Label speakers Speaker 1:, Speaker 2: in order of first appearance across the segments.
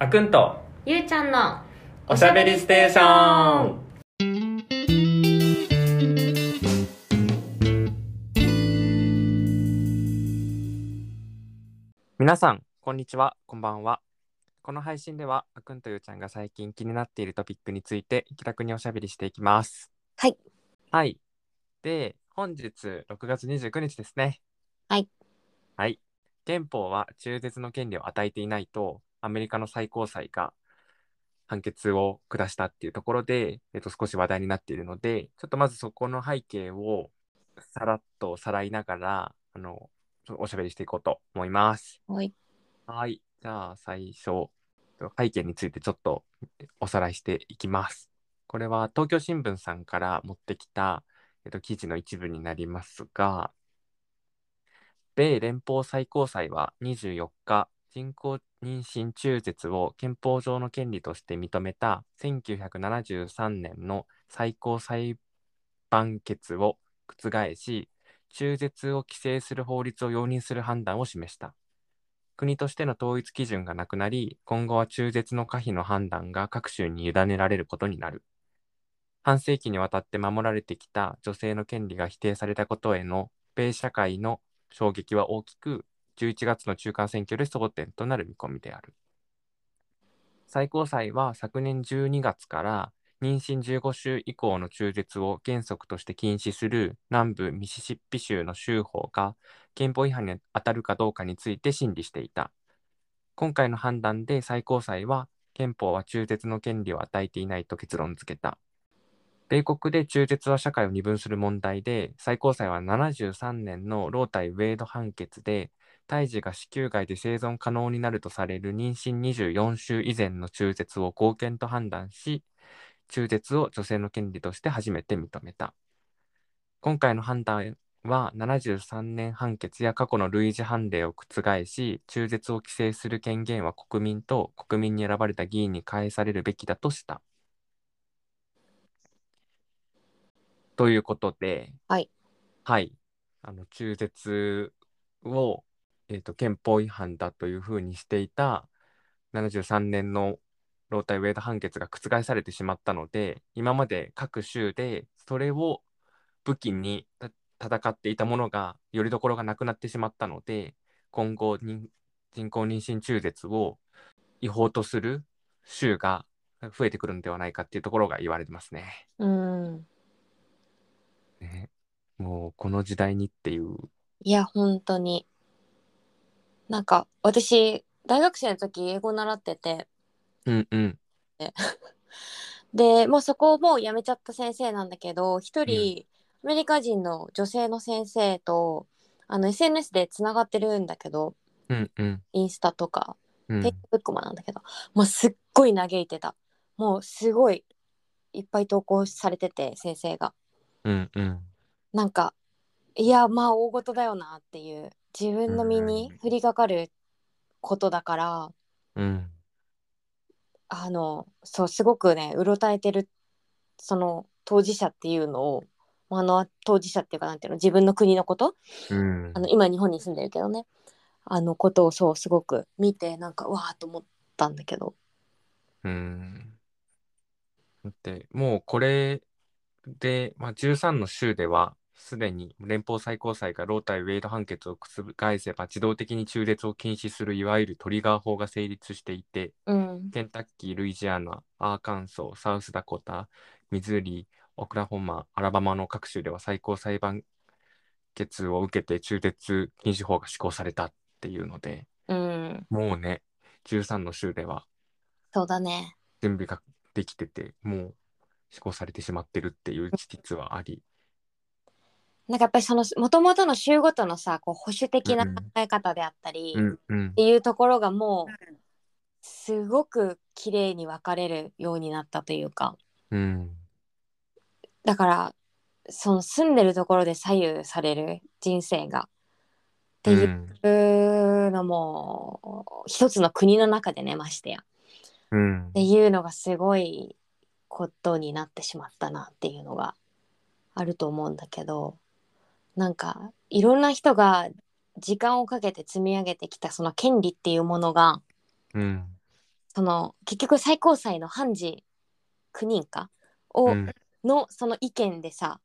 Speaker 1: あくんと
Speaker 2: ゆうちゃんの
Speaker 1: おしゃべりステーション皆さんこんにちはこんばんはこの配信ではあくんとゆうちゃんが最近気になっているトピックについて気楽におしゃべりしていきます
Speaker 2: はい
Speaker 1: はいで本日6月29日ですね
Speaker 2: はい
Speaker 1: はい憲法は中絶の権利を与えていないとアメリカの最高裁が判決を下したっていうところで、えっと、少し話題になっているのでちょっとまずそこの背景をさらっとさらいながらあのちょっとおしゃべりしていこうと思います。
Speaker 2: はい
Speaker 1: はい。じゃあ最初、背景についてちょっとおさらいしていきます。これは東京新聞さんから持ってきた、えっと、記事の一部になりますが、米連邦最高裁は24日、人工妊娠中絶を憲法上の権利として認めた1973年の最高裁判決を覆し、中絶を規制する法律を容認する判断を示した。国としての統一基準がなくなり、今後は中絶の可否の判断が各州に委ねられることになる。半世紀にわたって守られてきた女性の権利が否定されたことへの米社会の衝撃は大きく、11月の中間選挙で争点となる見込みである。最高裁は昨年12月から妊娠15週以降の中絶を原則として禁止する南部ミシシッピ州の州法が憲法違反に当たるかどうかについて審理していた。今回の判断で最高裁は、憲法は中絶の権利を与えていないと結論付けた。米国で中絶は社会を二分する問題で、最高裁は73年のロー対ウェイド判決で、胎児が子宮外で生存可能になるとされる妊娠24週以前の中絶を合憲と判断し、中絶を女性の権利として初めて認めた。今回の判断は73年判決や過去の類似判例を覆し中絶を規制する権限は国民と国民に選ばれた議員に返されるべきだとした。ということで、
Speaker 2: はい、
Speaker 1: はいあの中絶を、えー、と憲法違反だというふうにしていた73年のロータイウェイド判決が覆されてしまったので今まで各州でそれを武器にた戦っていたものがよりどころがなくなってしまったので今後に人工妊娠中絶を違法とする州が増えてくるのではないかっていうところが言われてますね。
Speaker 2: うん
Speaker 1: ねもうこの時代にっていう。
Speaker 2: いや本当になんか私大学生の時英語習ってて
Speaker 1: うんうん。
Speaker 2: でもうそこをもうやめちゃった先生なんだけど一人、アメリカ人の女性の先生とあの SNS でつながってるんだけど
Speaker 1: うんうん。
Speaker 2: インスタとか
Speaker 1: うん
Speaker 2: フェイスブックもなんだけど、もうすっごい嘆いてたもうすごいいっぱい投稿されてて先生が
Speaker 1: うんうん。
Speaker 2: なんかいやまあ大事だよなっていう自分の身に降りかかることだから、
Speaker 1: うん
Speaker 2: あのそうすごくねうろたえてるその当事者っていうのを、まあ、あの当事者っていうかなんていうの自分の国のこと
Speaker 1: うん
Speaker 2: あの今日本に住んでるけどねあのことをそうすごく見てなんかうわーっと思ったんだけど
Speaker 1: うん。だってもうこれで、まあ、13の州ではすでに連邦最高裁がロー対ウェイド判決を覆せば自動的に中絶を禁止するいわゆるトリガー法が成立していて
Speaker 2: うん
Speaker 1: ケンタッキー、ルイジアナ、アーカンソー、サウスダコタ、ミズーリ、オクラホマ、アラバマの各州では最高裁判決を受けて中絶禁止法が施行されたっていうので
Speaker 2: うん
Speaker 1: もうね13の州では
Speaker 2: そうだね
Speaker 1: 準備ができててもう施行されてしまってるっていう事実はあり、
Speaker 2: なんかやっぱりそのもともとの州ごとのさこう保守的な
Speaker 1: うんう
Speaker 2: 考
Speaker 1: ん
Speaker 2: え方であったり、
Speaker 1: う
Speaker 2: っ
Speaker 1: んうん
Speaker 2: ていうところがもうすごく綺麗に分かれるようになったというか
Speaker 1: うん
Speaker 2: だからその住んでるところで左右される人生がって
Speaker 1: う
Speaker 2: い
Speaker 1: ん
Speaker 2: うのも、一つの国の中でねましてやっ
Speaker 1: うん
Speaker 2: ていうのがすごいことになってしまったなっていうのがあると思うんだけどなんかいろんな人が時間をかけて積み上げてきたその権利っていうものが
Speaker 1: うん
Speaker 2: その結局最高裁の判事9人かを、
Speaker 1: うん、
Speaker 2: のその意見でさ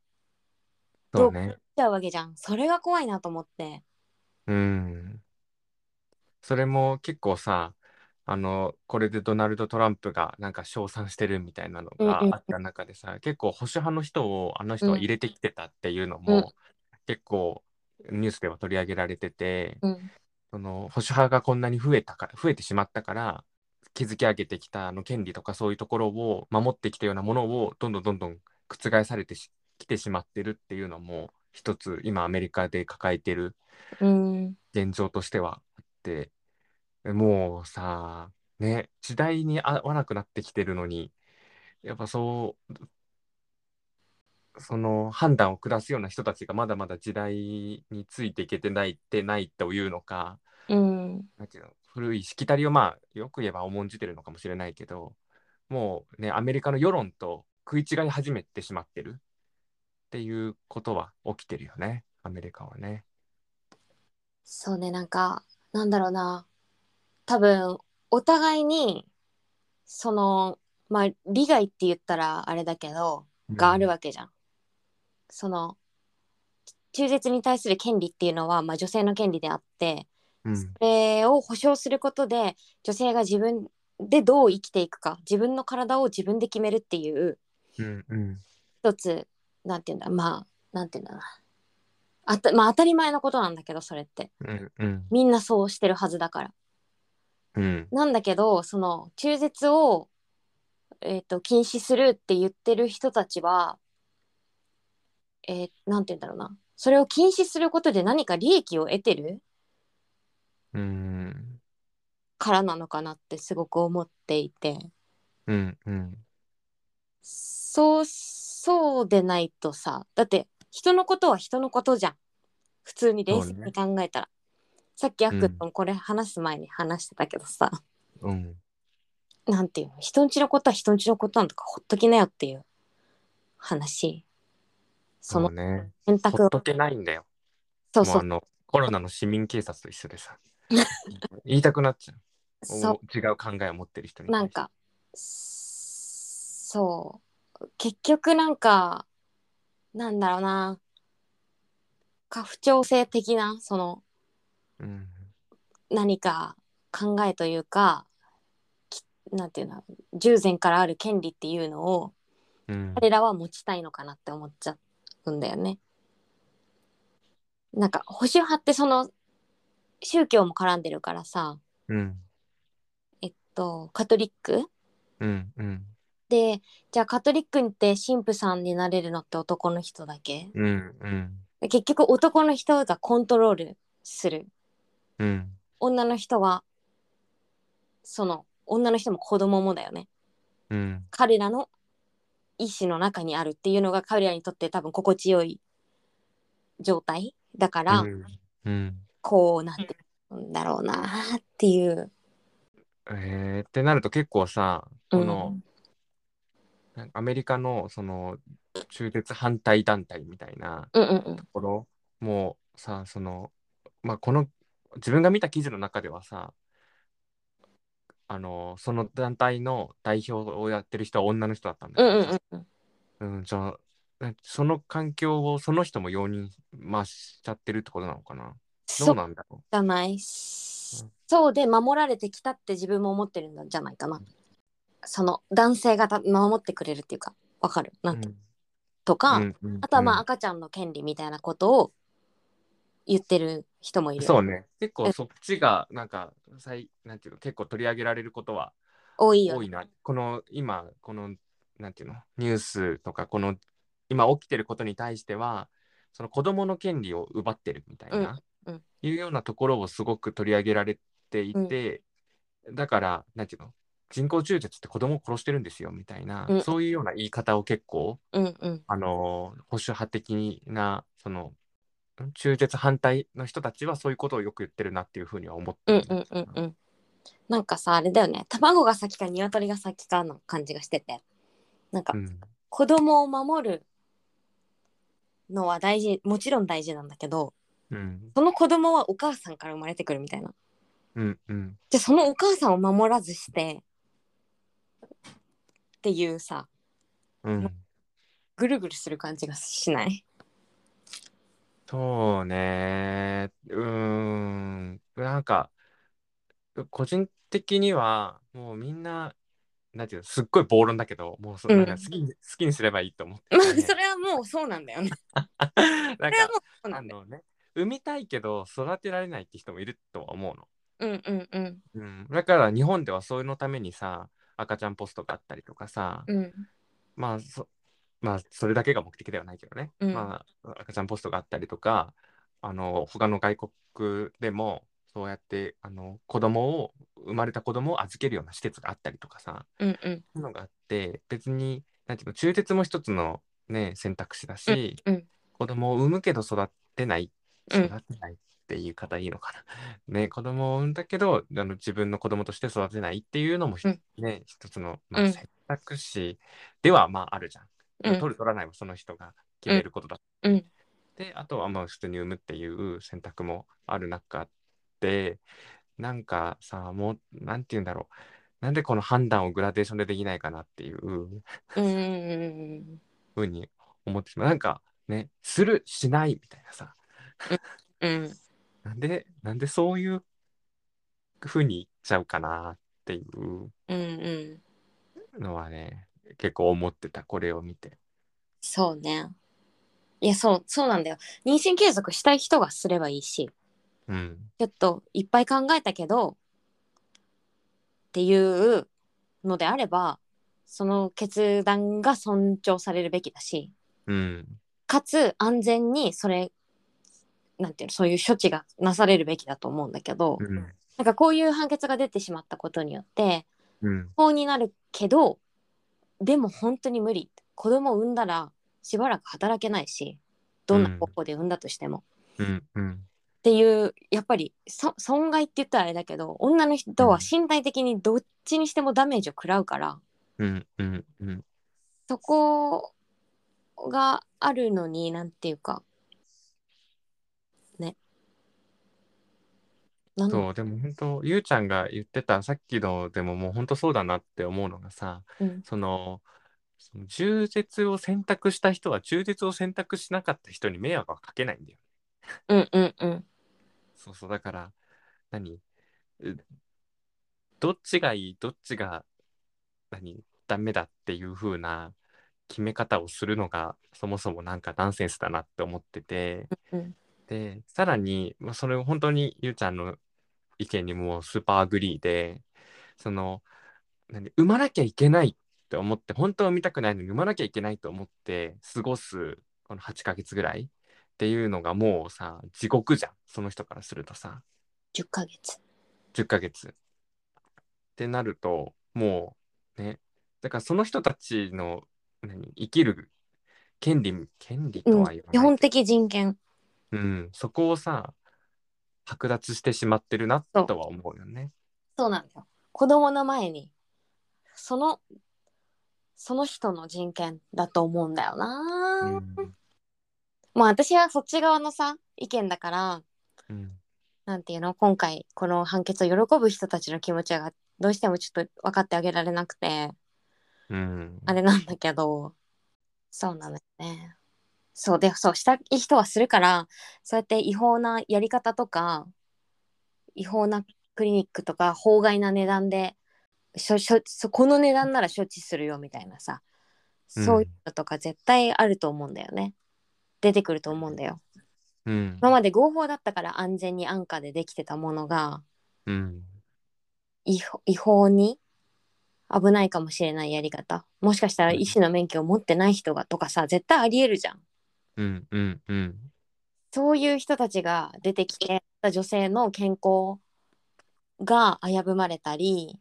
Speaker 1: そうね。
Speaker 2: 来ちゃうわけじゃんそれが怖いなと思って
Speaker 1: うん。それも結構さ、あの、これでドナルド・トランプがなんか称賛してるみたいなのが
Speaker 2: うんうん
Speaker 1: あった中でさ、結構保守派の人をあの人は入れてきてたっていうの
Speaker 2: うん
Speaker 1: も、結構ニュースでは取り上げられてて、
Speaker 2: うん
Speaker 1: その保守派がこんなに増えたから増えてしまったから築き上げてきたあの権利とかそういうところを守ってきたようなものをどんどんどんどん覆されてしきてしまってるっていうのも一つ今アメリカで抱えてる
Speaker 2: うん
Speaker 1: 現状としてはあってもうさね時代に合わなくなってきてるのにやっぱそうその判断を下すような人たちがまだまだ時代についていけてないってないというのか
Speaker 2: うん
Speaker 1: なんていうの古いしきたりをまあよく言えば重んじてるのかもしれないけどもうねアメリカの世論と食い違い始めてしまってるっていうことは起きてるよねアメリカはね。
Speaker 2: そうねなんかなんだろうな多分お互いにそのまあ利害って言ったらあれだけどがあるわけじゃん。その中絶に対する権利っていうのは、まあ、女性の権利であって
Speaker 1: うん、
Speaker 2: それを保障することで女性が自分でどう生きていくか自分の体を自分で決めるっていう
Speaker 1: うんうん
Speaker 2: 一つなんていうんだまあなんていうんだろうなあた、まあ、当たり前のことなんだけどそれって
Speaker 1: うんうん
Speaker 2: みんなそうしてるはずだから。
Speaker 1: うん
Speaker 2: なんだけどその中絶を、えー、と禁止するって言ってる人たちは、えーなんて言うんだろうなそれを禁止することで何か利益を得てる
Speaker 1: うん
Speaker 2: からなのかなってすごく思っていて
Speaker 1: うんうん
Speaker 2: そうそうでないとさだって人のことは人のことじゃん普通に冷静に考えたら、さっきあっくんともこれ話す前に話してたけどさ、
Speaker 1: うん
Speaker 2: なんていうの人んちのことは人んちのことなんだからほっときなよっていう話そ
Speaker 1: そ
Speaker 2: の
Speaker 1: うね
Speaker 2: 選択
Speaker 1: ほ
Speaker 2: を
Speaker 1: っとけないんだよ
Speaker 2: そう
Speaker 1: もう
Speaker 2: そう
Speaker 1: あのコロナの市民警察と一緒でさ言いたくなっちゃう
Speaker 2: そ
Speaker 1: お違う考えを持ってる人
Speaker 2: う
Speaker 1: に
Speaker 2: なんかそう結局なんかなんだろうな過不調性的なその
Speaker 1: うん
Speaker 2: 何か考えというかきなんていうの従前からある権利っていうのを
Speaker 1: うん
Speaker 2: 彼らは持ちたいのかなって思っちゃうんだよね。なんか保守派ってその宗教も絡んでるからさ、
Speaker 1: うん
Speaker 2: えっと、カトリック
Speaker 1: うんうん
Speaker 2: でじゃあカトリックって神父さんになれるのって男の人だけ
Speaker 1: うんうん
Speaker 2: で結局男の人がコントロールする
Speaker 1: うん
Speaker 2: 女の人はその女の人も子供もだよね
Speaker 1: うん
Speaker 2: 彼らの意思の中にあるっていうのが彼らにとって多分心地よい状態だから、
Speaker 1: うんうん
Speaker 2: こうなってるんだろうなっていう。
Speaker 1: えー、ってなると結構さ
Speaker 2: う
Speaker 1: こ
Speaker 2: ん
Speaker 1: の、なんかアメリカのその中絶反対団体みたいな
Speaker 2: うんうん
Speaker 1: ところもうさそのまあこの自分が見た記事の中ではさあのその団体の代表をやってる人は女の人だったんだ
Speaker 2: う
Speaker 1: け
Speaker 2: んう
Speaker 1: どさ、う
Speaker 2: んうん
Speaker 1: んじゃあなその環境をその人も容認、まあ、しちゃってるってことなのかなど
Speaker 2: そうう
Speaker 1: なんだろ
Speaker 2: じゃない、そうで守られてきたって自分も思ってるんじゃないかなその男性がた守ってくれるっていうかわかる
Speaker 1: う、
Speaker 2: なんてとか、
Speaker 1: うんうんうん
Speaker 2: あとはまあ赤ちゃんの権利みたいなことを言ってる人もいる
Speaker 1: そうね結構そっちがなんかさいなんていうの結構取り上げられることは
Speaker 2: 多いよ
Speaker 1: 多
Speaker 2: ね
Speaker 1: いなこの今このなんていうのニュースとかこの今起きてることに対してはその子どもの権利を奪ってるみたいな、
Speaker 2: うんうん
Speaker 1: いうようなところをすごく取り上げられていて、だからなんていうの人工中絶って子供を殺してるんですよみたいな、
Speaker 2: うん
Speaker 1: そういうような言い方を結構、
Speaker 2: うんうん
Speaker 1: あのー保守派的なそのん中絶反対の人たちはそういうことをよく言ってるなっていうふうには思っ
Speaker 2: う
Speaker 1: て
Speaker 2: ん
Speaker 1: る
Speaker 2: うんうんうんなんかさあれだよね卵が先か鶏が先かの感じがしててなんか
Speaker 1: うん
Speaker 2: 子供を守るのは大事もちろん大事なんだけど
Speaker 1: うん
Speaker 2: その子供はお母さんから生まれてくるみたいな
Speaker 1: うんうん
Speaker 2: じゃあそのお母さんを守らずしてっていうさ
Speaker 1: うん。
Speaker 2: ぐるぐるする感じがしない
Speaker 1: そうね。うーん。なんか、個人的には、もうみんな、なんていうの、すっごい暴論だけど、もうそ、
Speaker 2: うん
Speaker 1: なんか好きに、好きにすればいいと思って
Speaker 2: まあ
Speaker 1: るね、
Speaker 2: それはもうそうなんだよね
Speaker 1: なん
Speaker 2: それは
Speaker 1: か
Speaker 2: も、うそうな
Speaker 1: あ
Speaker 2: んだよ
Speaker 1: のね、産みたいけど育てられないって人もいるとは思うの。
Speaker 2: うんうんうん
Speaker 1: うん、だから日本ではそれのためにさ赤ちゃんポストがあったりとかさ、
Speaker 2: うん
Speaker 1: まあそまあそれだけが目的ではないけどね、
Speaker 2: うん
Speaker 1: まあ、赤ちゃんポストがあったりとかあの他の外国でもそうやってあの子供を生まれた子供を預けるような施設があったりとかさ
Speaker 2: うんうん
Speaker 1: そういうのがあって別になんていうの中絶も一つの、ね、選択肢だし、
Speaker 2: うんうん
Speaker 1: 子供を産むけど育てない
Speaker 2: うん
Speaker 1: 育てないっていう方いいのかな。 ね子供を産んだけどあの自分の子供として育てないっていうのもひ、
Speaker 2: うん
Speaker 1: ね一つの、まあ、
Speaker 2: うん
Speaker 1: 選択肢ではまああるじゃん。
Speaker 2: うん
Speaker 1: 取る取らないもその人が決めることだ。
Speaker 2: うん
Speaker 1: であとはまあ普通に産むっていう選択もある中でなんかさもうなんて言うんだろうなんでこの判断をグラデーションでできないかなっていう
Speaker 2: うんうん
Speaker 1: ふうに思ってしまうなんかねするしないみたいなさ
Speaker 2: うん
Speaker 1: なんで、なんでそういう風にいっちゃうかなっていう
Speaker 2: うんうん
Speaker 1: のはね、結構思ってた、これを見て。
Speaker 2: そうねいやそうそうなんだよ妊娠継続したい人がすればいいし
Speaker 1: うん。
Speaker 2: ちょっといっぱい考えたけどっていうのであればその決断が尊重されるべきだし
Speaker 1: うん。
Speaker 2: かつ安全にそれなんていうのそういう処置がなされるべきだと思うんだけど、
Speaker 1: うん。
Speaker 2: なんかこういう判決が出てしまったことによって
Speaker 1: うん。
Speaker 2: 法になるけどでも本当に無理子供を産んだらしばらく働けないしどんな方法で産んだとしても、
Speaker 1: うん。うん。
Speaker 2: っていうやっぱりそ損害って言ったらあれだけど女の人は身体的にどっちにしてもダメージを食らうから、
Speaker 1: うん。うん。うん。
Speaker 2: そこがあるのになんていうかねなんう、
Speaker 1: そう、でも本当、ゆうちゃんが言ってた、さっきのでももう本当そうだなって思うのがさ、
Speaker 2: ん、
Speaker 1: その、その中絶を選択した人は中絶を選択しなかった人に迷惑はかけないんだよ。
Speaker 2: うんうんうん
Speaker 1: そうそう、だから、何うどっちがいい、どっちが、何ダメだっていう風な決め方をするのが、そもそもなんかナンセンスだなって思ってて、
Speaker 2: うん
Speaker 1: で、さらに、まあ、それを本当にゆうちゃんの意見にもスーパーアグリーで、その、何産まなきゃいけないって思って、本当は産みたくないのに産まなきゃいけないと思って過ごす、この8ヶ月ぐらいっていうのがもうさ、地獄じゃん、その人からするとさ。
Speaker 2: 10ヶ月
Speaker 1: 10ヶ月ってなるともうねだからその人たちの何生きる権利権利と
Speaker 2: うん
Speaker 1: は言わ
Speaker 2: 基
Speaker 1: ない
Speaker 2: 本
Speaker 1: け
Speaker 2: 的人権
Speaker 1: ど、うんそこをさ剥奪してしまってるなとは思うよね。
Speaker 2: そうなんだよ子供の前にそのその人の人権だと思うんだよな、
Speaker 1: うん
Speaker 2: まあ私はそっち側のさ意見だから
Speaker 1: うん
Speaker 2: なんていうの今回この判決を喜ぶ人たちの気持ちがどうしてもちょっと分かってあげられなくて
Speaker 1: うん
Speaker 2: あれなんだけどそうなのよねそうでそうしたい人はするからそうやって違法なやり方とか違法なクリニックとか法外な値段でしょしょそこの値段なら処置するよみたいなさそういうのとか絶対あると思うんだよね出てくると思うんだよ
Speaker 1: うん
Speaker 2: 今まで合法だったから安全に安価でできてたものが
Speaker 1: うん
Speaker 2: 違法違法に危ないかもしれないやり方もしかしたら医師の免許を持ってない人がとかさ絶対ありえるじゃん
Speaker 1: うんうんうん
Speaker 2: そういう人たちが出てきて女性の健康が危ぶまれたり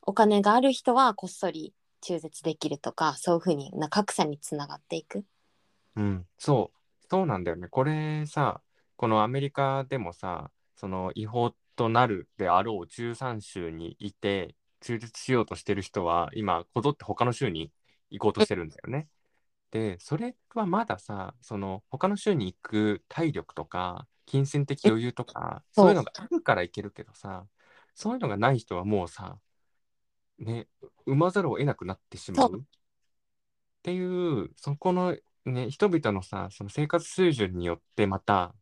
Speaker 2: お金がある人はこっそり中絶できるとかそういうふうにな格差につながっていく
Speaker 1: うん、そう、そうなんだよね。これさ、このアメリカでもさ、その違法となるであろう13州にいて、中絶しようとしてる人は、今、こぞって他の州に行こうとしてるんだよね。で、それはまださ、その他の州に行く体力とか、金銭的余裕とか、
Speaker 2: そう
Speaker 1: そういうのがあるから行けるけどさ、そういうのがない人はもうさ、ね、生まざるを得なくなってしまう
Speaker 2: そ
Speaker 1: っていうそこの、ね、人々のさその生活水準によってまた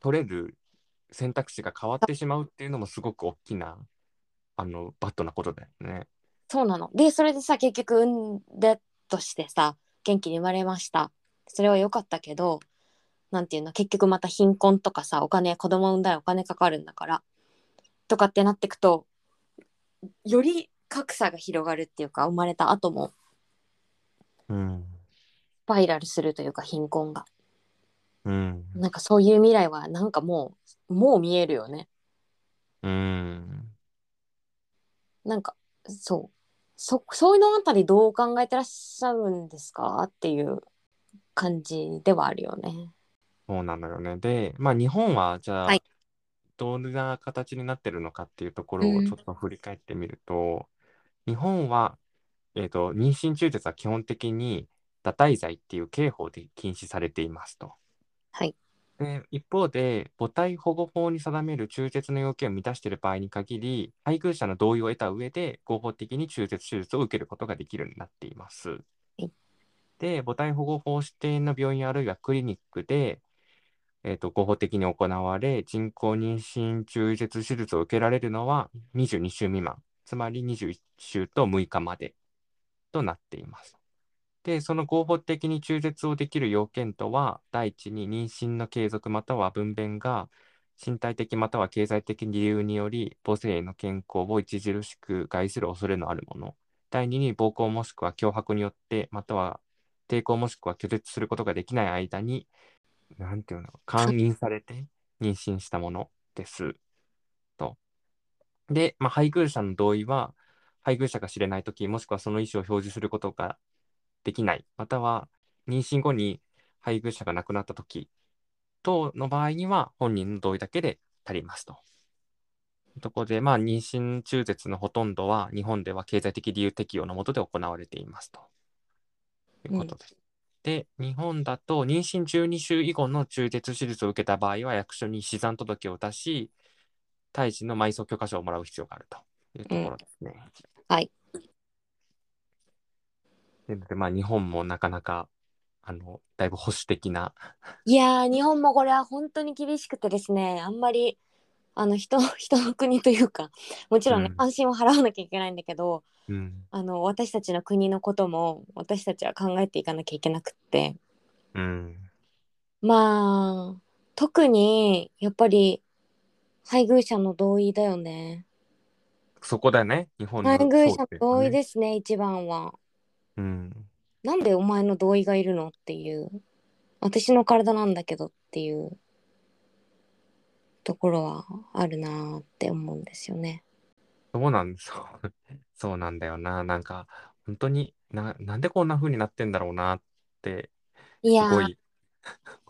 Speaker 1: 取れる選択肢が変わってしまうっていうのもすごく大きなあのバッドなことだよね。
Speaker 2: そうなの。で、それでさ、結局産んでとしてさ、元気に生まれました。それは良かったけど、なんていうの、結局また貧困とかさ、お金、子供産んだらお金かかるんだから、とかってなってくと、より格差が広がるっていうか、生まれた後も
Speaker 1: うん
Speaker 2: スパイラルするというか、貧困が。
Speaker 1: うん
Speaker 2: なんかそういう未来は、なんかもう、もう見えるよね。
Speaker 1: うん
Speaker 2: なんか、そう。そ、そういうのあたりどう考えてらっしゃるんですかっていう感じではあるよね。
Speaker 1: そうなのよね。で、まあ、日本はじゃあ、
Speaker 2: はい
Speaker 1: どんな形になってるのかっていうところ
Speaker 2: う
Speaker 1: を
Speaker 2: ん
Speaker 1: ちょっと振り返ってみると、日本は、えー、と妊娠中絶は基本的に堕胎罪っていう刑法で禁止されていますと。
Speaker 2: はい
Speaker 1: で一方で母体保護法に定める中絶の要件を満たしている場合に限り配偶者の同意を得た上で合法的に中絶手術を受けることができるようになっています。
Speaker 2: い
Speaker 1: で母体保護法指定の病院あるいはクリニックで、えー、と合法的に行われ人工妊娠中絶手術を受けられるのは22週未満つまり21週と6日までとなっています。で、その合法的に中絶をできる要件とは、第一に妊娠の継続または分娩が身体的または経済的理由により母性への健康を著しく害する恐れのあるもの。第二に暴行もしくは脅迫によってまたは抵抗もしくは拒絶することができない間に、なんていうの、勧誘されて妊娠したものです。と。で、まあ、配偶者の同意は、配偶者が知れないとき、もしくはその意思を表示することができない、または妊娠後に配偶者が亡くなったとき等の場合には、本人の同意だけで足りますと。ところで、まあ、妊娠中絶のほとんどは、日本では経済的理由適用のもとで行われていますと。いうことです。で、日本だと、妊娠12週以後の中絶手術を受けた場合は、役所に死産届を出し、胎児の埋葬許可証をもらう必要があるというところですね。
Speaker 2: はい。
Speaker 1: なので、まあ、日本もなかなか、あの、だいぶ保守的な、
Speaker 2: いやー日本もこれは本当に厳しくてですねあんまりあの人 人の国というかもちろんね
Speaker 1: うん
Speaker 2: 関心を払わなきゃいけないんだけど、
Speaker 1: うん、
Speaker 2: あの私たちの国のことも私たちは考えていかなきゃいけなくって
Speaker 1: うん、
Speaker 2: まあ特にやっぱり配偶者の同意だよね
Speaker 1: そこだね、日本の。
Speaker 2: 配偶者の同意
Speaker 1: す。
Speaker 2: ですね一番は
Speaker 1: うん、
Speaker 2: なんでお前の同意がいるのっていう私の体なんだけどっていうところはあるなーって思うんですよね。
Speaker 1: そうなんです。そう そうなんだよな。なんか、本当にな、なんでこんな風になってんだろうなって、
Speaker 2: い
Speaker 1: す
Speaker 2: や
Speaker 1: ご
Speaker 2: ー
Speaker 1: い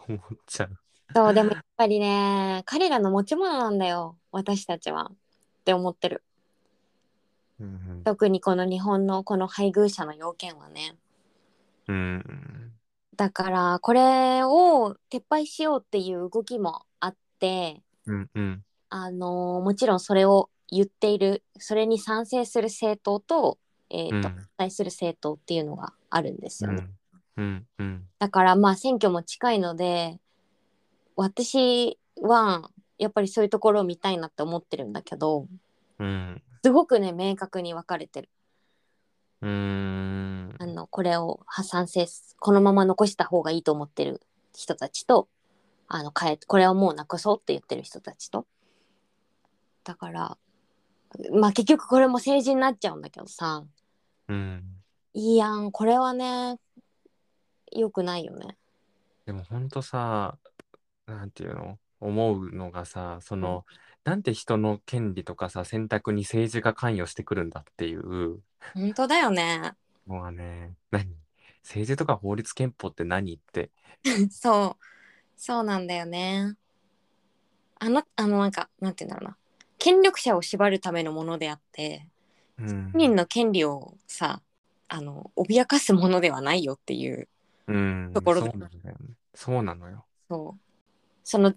Speaker 1: 思っちゃう。
Speaker 2: そうでもやっぱりね彼らの持ち物なんだよ私たちはって思ってる
Speaker 1: うん、
Speaker 2: 特にこの日本のこの配偶者の要件はね
Speaker 1: うん、
Speaker 2: だからこれを撤廃しようっていう動きもあって
Speaker 1: うん、うん、
Speaker 2: あのーもちろんそれを言っているそれに賛成する政党と,、え
Speaker 1: う
Speaker 2: ー、と
Speaker 1: ん、
Speaker 2: 反対する政党っていうのがあるんです
Speaker 1: う
Speaker 2: よね。
Speaker 1: ん、うん、うん、
Speaker 2: だからまあ選挙も近いので私はやっぱりそういうところを見たいなって思ってるんだけど
Speaker 1: うん、
Speaker 2: すごくね明確に分かれてる
Speaker 1: うん、
Speaker 2: あのこれを破産せずこのまま残した方がいいと思ってる人たちとあの変えこれをもうなくそうって言ってる人たちとだからまあ結局これも政治になっちゃうんだけどさ
Speaker 1: うん。
Speaker 2: いいやんこれはね良くないよね。
Speaker 1: でも本当さ、なんていうの、思うのがさ、その、なんて人の権利とかさ、選択に政治が関与してくるんだっていう
Speaker 2: 本当だよね。
Speaker 1: のはね、何政治とか法律憲法って何って。
Speaker 2: そうそうなんだよね。あのあのなんかなんて言うんだろうな権力者を縛るためのものであって
Speaker 1: うん
Speaker 2: 本人の権利をさあの脅かすものではないよっていう
Speaker 1: うん、
Speaker 2: ところ
Speaker 1: そ
Speaker 2: で
Speaker 1: うなんだよね。そうなのよ。
Speaker 2: そうその例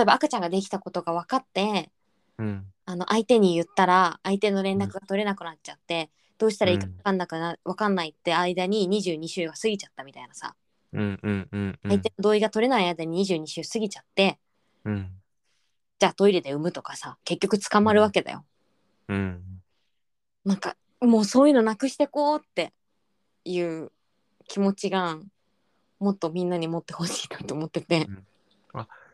Speaker 2: えば赤ちゃんができたことが分かって
Speaker 1: うん。
Speaker 2: あの相手に言ったら相手の連絡が取れなくなっちゃって、どうしたらいいか
Speaker 1: うん
Speaker 2: 分かんなくな、わかんないって間に22週が過ぎちゃったみたいなさ、
Speaker 1: うんうんうんうん。
Speaker 2: 相手の同意が取れない間に22週過ぎちゃって
Speaker 1: うん。
Speaker 2: じゃあトイレで産むとかさ結局捕まるわけだよ。
Speaker 1: うん。
Speaker 2: なんかもうそういうのなくしてこうっていう気持ちがもっとみんなに持ってほしいなと思ってて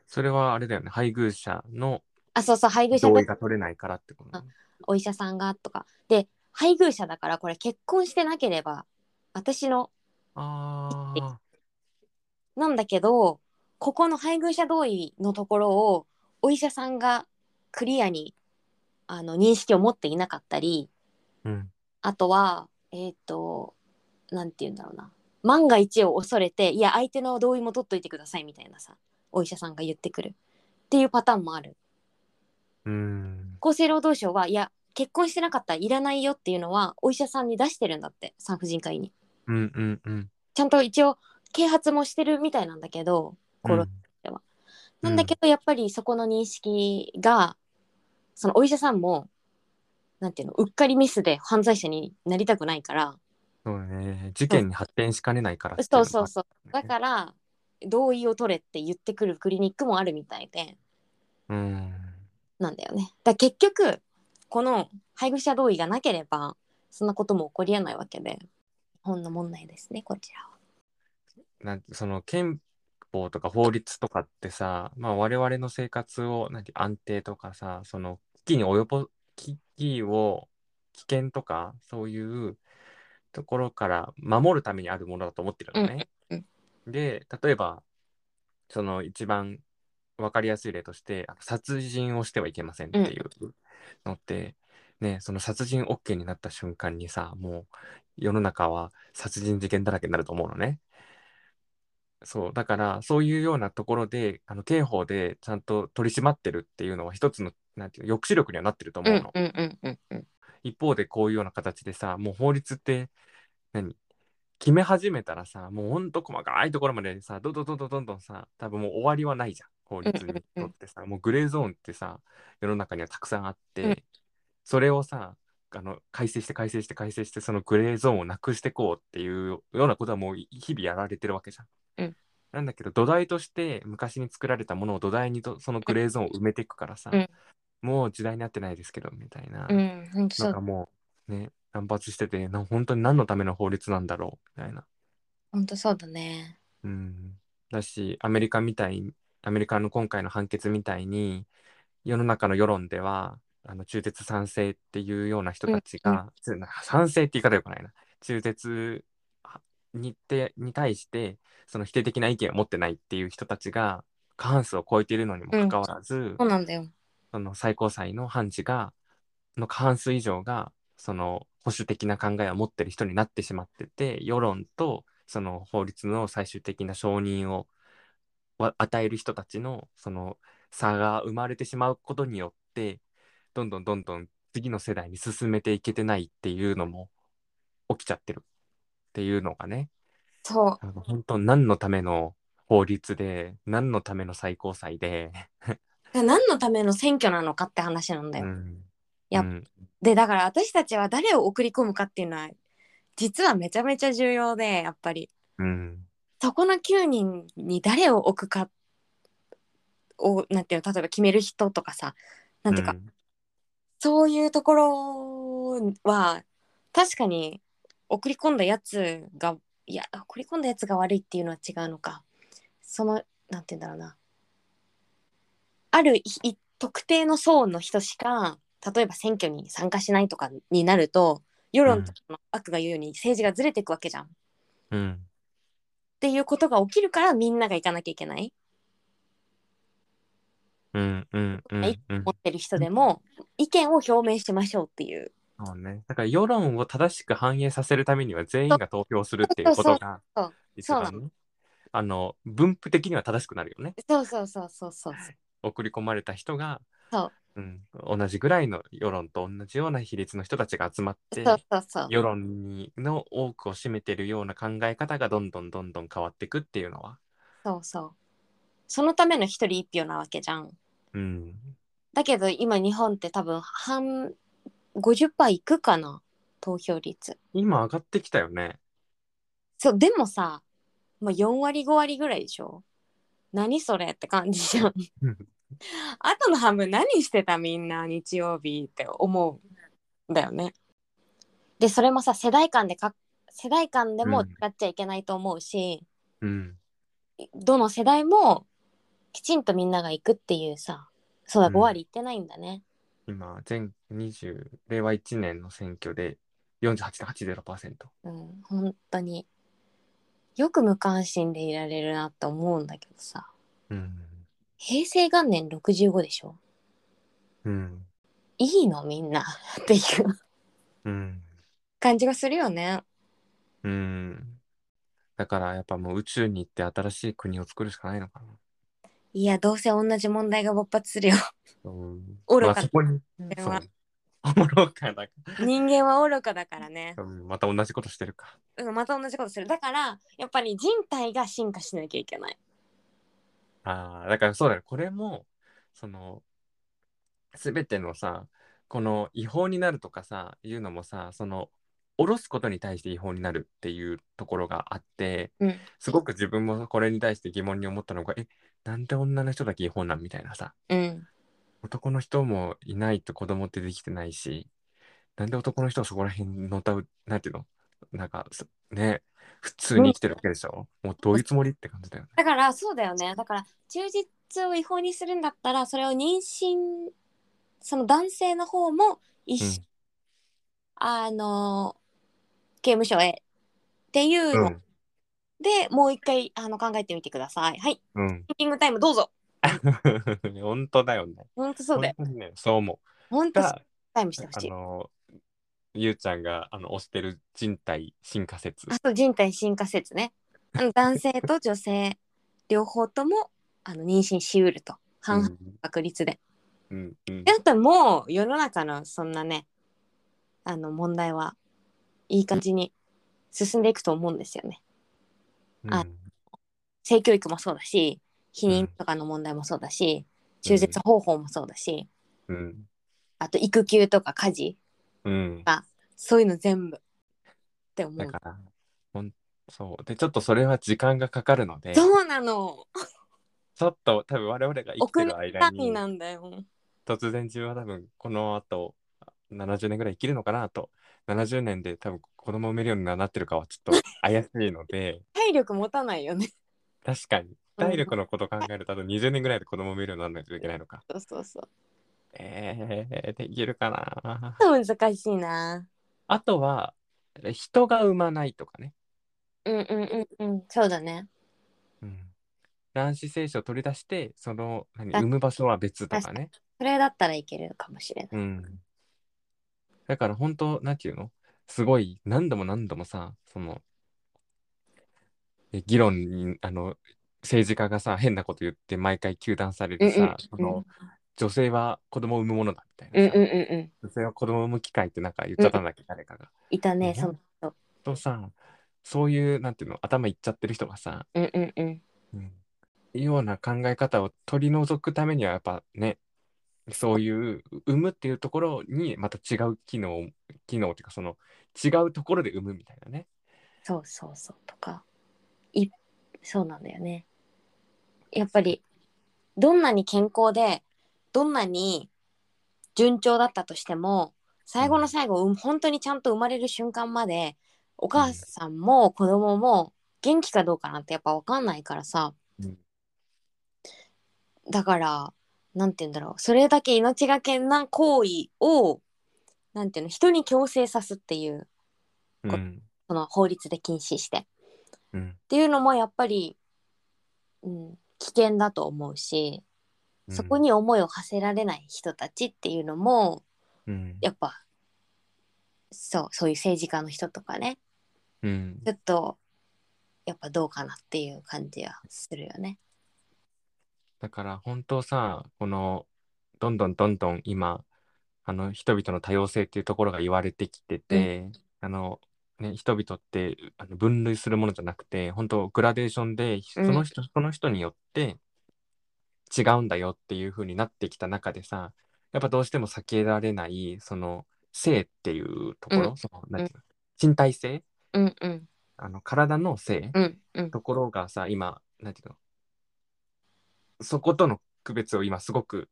Speaker 1: それはあれだよね。配偶者の
Speaker 2: あそうそう配偶者
Speaker 1: 同
Speaker 2: と
Speaker 1: 意が取れないからってこと、ね。
Speaker 2: お医者さんがとかで配偶者だからこれ結婚してなければ私の
Speaker 1: ああ。
Speaker 2: なんだけどここの配偶者同意のところをお医者さんがクリアにあの認識を持っていなかったり
Speaker 1: うん。
Speaker 2: あとはえっ、となんて言うんだろうな万が一を恐れていや相手の同意も取っといてくださいみたいなさお医者さんが言ってくるっていうパターンもある
Speaker 1: うん。
Speaker 2: 厚生労働省はいや結婚してなかったらいらないよっていうのはお医者さんに出してるんだって産婦人科医に
Speaker 1: うんうんうん。
Speaker 2: ちゃんと一応啓発もしてるみたいなんだけどこのなんだけどやっぱりそこの認識がそのお医者さんもなんていうのうっかりミスで犯罪者になりたくないから
Speaker 1: そうね。事件に発展しかねないからっていの
Speaker 2: そうう
Speaker 1: が
Speaker 2: そうそうだから同意を取れって言ってくるクリニックもあるみたいで
Speaker 1: うん。
Speaker 2: なんだよねだから結局この配偶者同意がなければそんなことも起こりえないわけで日本の問題ですねこちらは。
Speaker 1: なんてその憲法とか法律とかってさ、まあ、我々の生活をなんて安定とかさその危機に及ぼ危機を危険とかそういうところから守るためにあるものだと思ってるのね。
Speaker 2: うん
Speaker 1: で例えばその一番分かりやすい例としてあの殺人をしてはいけませんっていうのって、ねその殺人 OK になった瞬間にさもう世の中は殺人事件だらけになると思うのね。そうだからそういうようなところであの刑法でちゃんと取り締まってるっていうのは一つのなんていうの抑止力にはなってると思うの。
Speaker 2: うんうんうんうん
Speaker 1: 一方でこういうような形でさもう法律って何決め始めたらさもうほんと細かいところまでさどんどんどんどんどんどんさ多分もう終わりはないじゃん法律にとってさもうグレーゾーンってさ世の中にはたくさんあって、
Speaker 2: うん
Speaker 1: それをさあの改正して改正して改正してそのグレーゾーンをなくしてこうっていうようなことはもう日々やられてるわけじゃん。
Speaker 2: うん
Speaker 1: なんだけど土台として昔に作られたものを土台にとそのグレーゾーンを埋めていくからさ、
Speaker 2: うん
Speaker 1: もう時代になってないですけどみたいな。
Speaker 2: うんほんとそ
Speaker 1: な
Speaker 2: うん
Speaker 1: かもうね乱発しててな本当に何のための法律なんだろうみたいな。
Speaker 2: ほんとそうだね。
Speaker 1: うん、だしアメリカみたいアメリカの今回の判決みたいに世の中の世論ではあの中絶賛成っていうような人たちが、つ賛成って言い方よくないな中絶にてに対してその否定的な意見を持ってないっていう人たちが過半数を超えているのにもかかわらず、
Speaker 2: そうなんだよ。
Speaker 1: その最高裁の判事が、の過半数以上が、その保守的な考えを持ってる人になってしまってて、世論とその法律の最終的な承認をわ与える人たちのその差が生まれてしまうことによって、どんどんどんどん次の世代に進めていけてないっていうのも起きちゃってるっていうのがね、
Speaker 2: そう
Speaker 1: なんか本当何のための法律で、何のための最高裁で、
Speaker 2: 何のための選挙なのかって話なんだよ。
Speaker 1: うん
Speaker 2: やっ
Speaker 1: うん
Speaker 2: でだから私たちは誰を送り込むかっていうのは実はめちゃめちゃ重要でやっぱり
Speaker 1: うん
Speaker 2: そこの9人に誰を置くかをなんていうの例えば決める人とかさなんていうか、
Speaker 1: ん
Speaker 2: そういうところは確かに送り込んだやつがいや送り込んだやつが悪いっていうのは違うのかそのなんて言うんだろうなあるいい特定の層の人しか例えば選挙に参加しないとかになると世論とかの悪が言うように政治がずれていくわけじゃん、っ
Speaker 1: うん
Speaker 2: ていうことが起きるからみんなが行かなきゃいけない
Speaker 1: うんうんうん
Speaker 2: はい
Speaker 1: うん
Speaker 2: 持ってる人でも意見を表明しましょうっていう
Speaker 1: そうねだから世論を正しく反映させるためには全員が投票するっていうことが
Speaker 2: そうそう
Speaker 1: 一番
Speaker 2: そうな
Speaker 1: ねあの分布的には正しくなるよね
Speaker 2: そうそうそうそうそう
Speaker 1: 送り込まれた人が
Speaker 2: そう
Speaker 1: うん、同じぐらいの世論と同じような比率の人たちが集まって
Speaker 2: そうそうそう
Speaker 1: 世論にの多くを占めてるような考え方がどんどんどんどん変わっていくっていうのは、
Speaker 2: そうそう。そのための一人一票なわけじゃん。
Speaker 1: うん、
Speaker 2: だけど今日本って多分半50%いくかな投票率。
Speaker 1: 今上がってきたよね。
Speaker 2: そうでもさ、まあ、4割5割ぐらいでしょ何それって感じじゃん
Speaker 1: うん。
Speaker 2: あとの半分何してたみんな日曜日って思うんだよね。でそれもさ世代間でか世代間でも使っちゃいけないと思うし、
Speaker 1: うん。
Speaker 2: どの世代もきちんとみんなが行くっていうさそうだ
Speaker 1: うん
Speaker 2: 5割行ってないんだね。
Speaker 1: 今、全20、令和1年の選挙で48.80%。
Speaker 2: うん、本当によく無関心でいられるなって思うんだけどさ
Speaker 1: うん。
Speaker 2: 平成元年65でしょ
Speaker 1: うん。
Speaker 2: いいのみんな っていう
Speaker 1: うん。
Speaker 2: 感じがするよね
Speaker 1: うん。だからやっぱもう宇宙に行って新しい国を作るしかないのかな。
Speaker 2: いやどうせ同じ問題が勃発するよ
Speaker 1: うん。
Speaker 2: 愚か
Speaker 1: まあ、そこに、
Speaker 2: 人
Speaker 1: そう
Speaker 2: 間は。
Speaker 1: おもろかだか
Speaker 2: 人間は愚かだからね
Speaker 1: ら。うんまた同じことしてるか。
Speaker 2: うんまた同じことするだからやっぱり人体が進化しなきゃいけない
Speaker 1: ああ、だからそうだよ。これも、その、すべてのさ、この違法になるとかさ、いうのもさ、その、下ろすことに対して違法になるっていうところがあって、
Speaker 2: うん
Speaker 1: すごく自分もこれに対して疑問に思ったのが、え、なんで女の人だけ違法なんみたいなさ、
Speaker 2: うん
Speaker 1: 男の人もいないと子供ってできてないし、なんで男の人はそこら辺のたう、なんていうのなんか、すね、普通に生きてるわけでしょもうどういうつもりって感じだよね。
Speaker 2: だからそうだよねだから中実を違法にするんだったらそれを妊娠その男性の方も一緒、
Speaker 1: うん
Speaker 2: あの刑務所へっていう
Speaker 1: う
Speaker 2: の
Speaker 1: ん。
Speaker 2: で、もう一回あの考えてみてくださいはい
Speaker 1: うん。
Speaker 2: シンキングタイムどうぞ
Speaker 1: 本当だ よね。
Speaker 2: ほんとそうだよ
Speaker 1: 本当にね、そう思
Speaker 2: ほん
Speaker 1: う。
Speaker 2: とシンキング
Speaker 1: が、
Speaker 2: タイムしてほ
Speaker 1: あ
Speaker 2: しい
Speaker 1: の、ゆうちゃんがあの推してる人体進化説。
Speaker 2: あと人体進化説ね。あの男性と女性両方ともあの妊娠しうると半々確率で。
Speaker 1: うん。うん。
Speaker 2: であともう世の中のそんなねあの問題はいい感じに進んでいくと思うんですよね。
Speaker 1: うん
Speaker 2: あ性教育もそうだし避妊とかの問題もそうだし中絶方法もそうだし
Speaker 1: うん。
Speaker 2: あと育休とか家事
Speaker 1: うん。
Speaker 2: そういうの全部って思
Speaker 1: だ
Speaker 2: う。
Speaker 1: から、ほんそう。で、ちょっとそれは時間がかかるので、
Speaker 2: そうなの
Speaker 1: ちょっと多分我々が生き
Speaker 2: 奥
Speaker 1: て
Speaker 2: の
Speaker 1: る間
Speaker 2: 深
Speaker 1: に
Speaker 2: み、なんだよ。
Speaker 1: 突然自分は多分この後70年ぐらい生きるのかなと、70年で多分子供を産めるようになってるかはちょっと怪しいので、
Speaker 2: 体力持たないよね。
Speaker 1: 確かに体力のこと考えるとあと20年ぐらいで子供を産めるようにならないといけないのか。
Speaker 2: そうそうそう。
Speaker 1: えー、できるかな
Speaker 2: ちょっと難しいな。
Speaker 1: あとは人が産まないとかね、
Speaker 2: うんうんうんうん、そうだね。
Speaker 1: うん、卵子精子を取り出してその何
Speaker 2: あ
Speaker 1: 産む場所は別とかね、
Speaker 2: それだったらいけるかもしれない。
Speaker 1: うん、だから本当なんていうのすごい何度も何度もさそのえ議論にあの政治家がさ変なこと言って毎回糾弾されるさ、
Speaker 2: うんうん
Speaker 1: その女性は子供を産むものだみたいな
Speaker 2: うん
Speaker 1: さ、
Speaker 2: うんうんうん。
Speaker 1: 女性は子供を産む機会ってなんか言っちゃったんだっけ、誰かが。
Speaker 2: いたね、
Speaker 1: ね
Speaker 2: その人。
Speaker 1: とさそういうなんていうの頭いっちゃってる人がさ、
Speaker 2: うんうんうん。
Speaker 1: ような考え方を取り除くためにはやっぱねそういう生むっていうところにまた違う機能機能っていうかその違うところで生むみたいなね
Speaker 2: そうそうそうとか。いそうなんだよね。やっぱり、どんなに健康で、どんなに順調だったとしても、最後の最後、うん本当にちゃんと生まれる瞬間まで、お母さんも子供も元気かどうかなんてやっぱ分かんないからさ。だからなんて言うんだろうそれだけ命がけな行為をなんていうの人に強制さすっていう
Speaker 1: うん
Speaker 2: その法律で禁止してっ
Speaker 1: うん
Speaker 2: ていうのもやっぱり、うん、危険だと思うし
Speaker 1: うん
Speaker 2: そこに思いを馳せられない人たちっていうのも
Speaker 1: うん
Speaker 2: やっぱそうそういう政治家の人とかね
Speaker 1: うん
Speaker 2: ちょっとやっぱどうかなっていう感じはするよね。
Speaker 1: だから本当さこのどんどんどんどん今あの人々の多様性っていうところが言われてきてて、あのね、人々ってあの分類するものじゃなくて本当グラデーションでその人、その人によって違うんだよっていう風になってきた中でさやっぱどうしても避けられないその性っていうところ、
Speaker 2: う
Speaker 1: そのなんていうの身体性
Speaker 2: うんうん
Speaker 1: あの体の性、
Speaker 2: うんうん
Speaker 1: ところがさ今なんていうのそことの区別を今すごく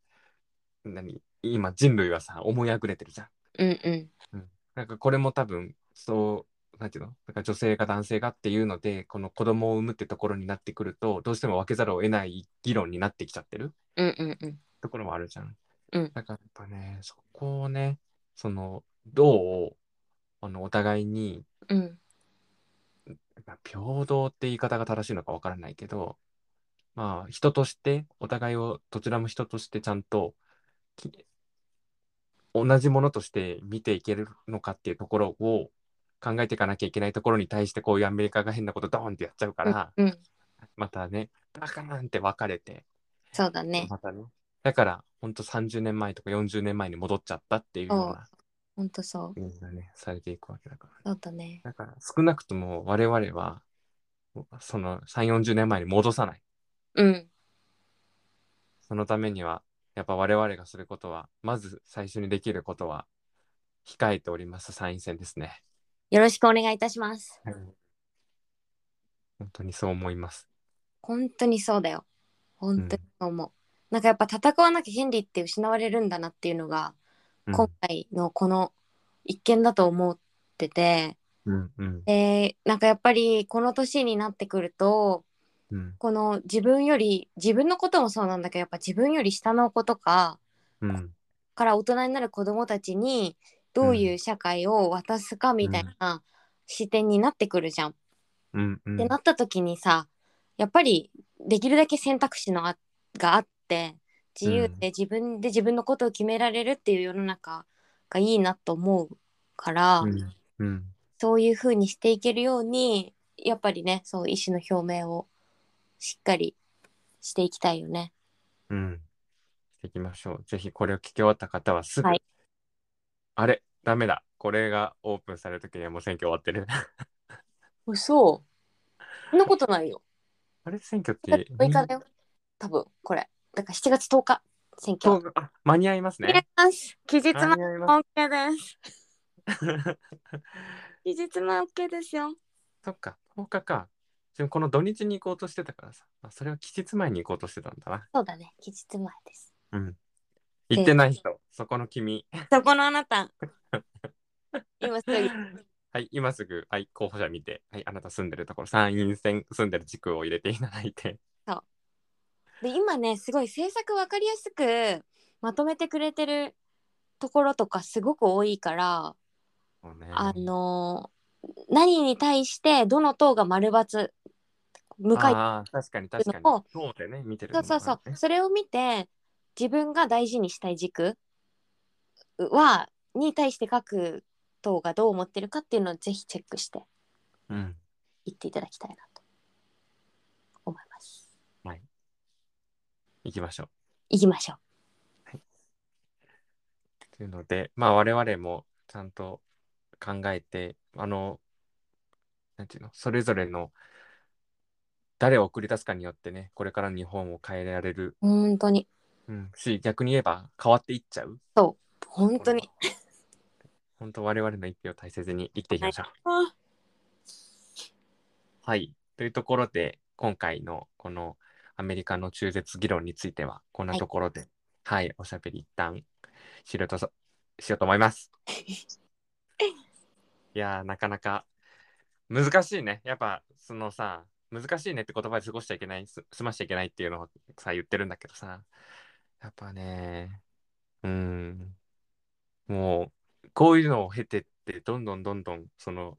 Speaker 1: 何今人類はさ思いあぐれてるじゃん。
Speaker 2: うんうん
Speaker 1: なんかこれも多分そうなんていうのなんか女性が男性がっていうのでこの子供を産むってところになってくるとどうしても分けざるを得ない議論になってきちゃってる
Speaker 2: うんうんうん
Speaker 1: ところもあるじゃん。
Speaker 2: うん
Speaker 1: だからやっぱねそこをねそのどうあのお互いに
Speaker 2: うん
Speaker 1: まあ平等って言い方が正しいのかわからないけど、まあ、人として、お互いをどちらも人としてちゃんとき同じものとして見ていけるのかっていうところを考えていかなきゃいけないところに対して、こういうアメリカが変なことドーンってやっちゃうから、
Speaker 2: うん
Speaker 1: またね、バカなんて分かれて、
Speaker 2: そうだね
Speaker 1: またね。だから、ほんと30年前とか40年前に戻っちゃったっていうような、
Speaker 2: ほんとそう
Speaker 1: みんなね、されていくわけだから。
Speaker 2: そうだね
Speaker 1: だから少なくとも我々はその3、40年前に戻さない。
Speaker 2: うん
Speaker 1: そのためにはやっぱ我々がすることはまず最初にできることは控えております参院選ですね。
Speaker 2: よろしくお願いいたします
Speaker 1: 本当にそう思います。
Speaker 2: 本当にそうだよ本当にそう思う、なんかやっぱ戦わなきゃ権利って失われるんだなっていうのが
Speaker 1: うん
Speaker 2: 今回のこの一件だと思ってて、
Speaker 1: うんうん
Speaker 2: でなんかやっぱりこの年になってくると
Speaker 1: うん
Speaker 2: この自分より自分のこともそうなんだけどやっぱ自分より下の子とか
Speaker 1: うん
Speaker 2: から大人になる子どもたちにどういう社会を渡すかみたいな視点になってくるじゃん。
Speaker 1: うんうん
Speaker 2: ってなった時にさやっぱりできるだけ選択肢のあがあって自由で自分で自分のことを決められるっていう世の中がいいなと思うから、
Speaker 1: うんうん
Speaker 2: そういう風にしていけるようにやっぱりねそう意思の表明をしっかりしていきたいよね。
Speaker 1: うんしていきましょう。ぜひこれを聞き終わった方はすぐ、
Speaker 2: はい
Speaker 1: あれダメだこれがオープンされるときにはもう選挙終わってる。
Speaker 2: 嘘そんなことないよ。
Speaker 1: あれ選挙っ
Speaker 2: 7
Speaker 1: て
Speaker 2: 月6日だよ多分これだから7月10日選挙。
Speaker 1: そうあ間に合いますね。
Speaker 2: ます期日
Speaker 1: 間
Speaker 2: 前
Speaker 1: に合いま
Speaker 2: OK です。
Speaker 1: す。
Speaker 2: 期日前 OK ですよ。
Speaker 1: そっか、10日か。でもこの土日に行こうとしてたからさ、あそれは期日前に行こうとしてたんだな。
Speaker 2: そうだね、期日前です。
Speaker 1: うん。行ってない人、そこの君。
Speaker 2: そこのあなた。 今すぐ。
Speaker 1: はい、今すぐ、はい、候補者見て、はい、あなた住んでるところ、参院選住んでる地区を入れていただいて。
Speaker 2: で今ね、すごい政策わかりやすくまとめてくれてるところとかすごく多いから、
Speaker 1: そうね
Speaker 2: あ、のー何に対してどの党が丸×向かい
Speaker 1: あー確かに確かに。
Speaker 2: のを
Speaker 1: そうでね、見てるの
Speaker 2: そう
Speaker 1: も
Speaker 2: そうそ
Speaker 1: ある
Speaker 2: う
Speaker 1: ね
Speaker 2: それを見て自分が大事にしたい軸はに対して各党がどう思ってるかっていうのをぜひチェックして
Speaker 1: うん。
Speaker 2: いっていただきたいなと思います。
Speaker 1: 行きましょう。
Speaker 2: 行きましょう。
Speaker 1: というので、まあ我々もちゃんと考えて、あの、なんていうの、それぞれの誰を送り出すかによってね、これからの日本を変えられる、
Speaker 2: 本当に
Speaker 1: うん、し、逆に言えば変わっていっちゃう。
Speaker 2: 本当に。
Speaker 1: 本当我々の一票を大切に生きていきましょう。
Speaker 2: あ
Speaker 1: はい。というところで、今回のこのアメリカの中絶議論については、こんなところで、はい、おしゃべり一旦終了とさしようと思います。いやー、なかなか難しいね。やっぱ、そのさ、難しいねって言葉で過ごしちゃいけない、す済ましちゃいけないっていうのをさ、言ってるんだけどさ、やっぱね、うーん、もう、こういうのを経てって、どんどんどんどん、その、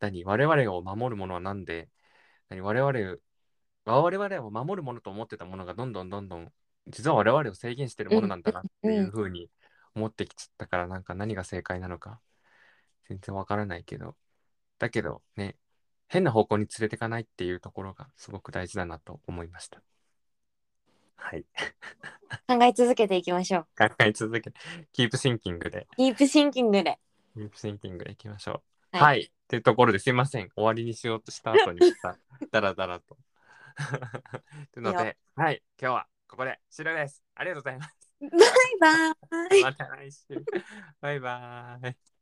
Speaker 1: 何我々を守るものは何で何我々我々を守るものと思ってたものがどんどんどんどん実は我々を制限してるものなんだなっていうふうに思ってきちゃったからなんか何が正解なのか全然わからないけどだけどね変な方向に連れてかないっていうところがすごく大事だなと思いましたはい
Speaker 2: 考え続けていきましょう。
Speaker 1: 考え続けキープシンキングで
Speaker 2: ディープシンキングで。
Speaker 1: キープシンキングでいきましょう
Speaker 2: は
Speaker 1: はいい、っていうところですいません終わりにしようとした後に さダラダラとというの
Speaker 2: いい
Speaker 1: ではい今日はここで終了ですありがとうございます
Speaker 2: バイバイ。
Speaker 1: また来週。バイバイ。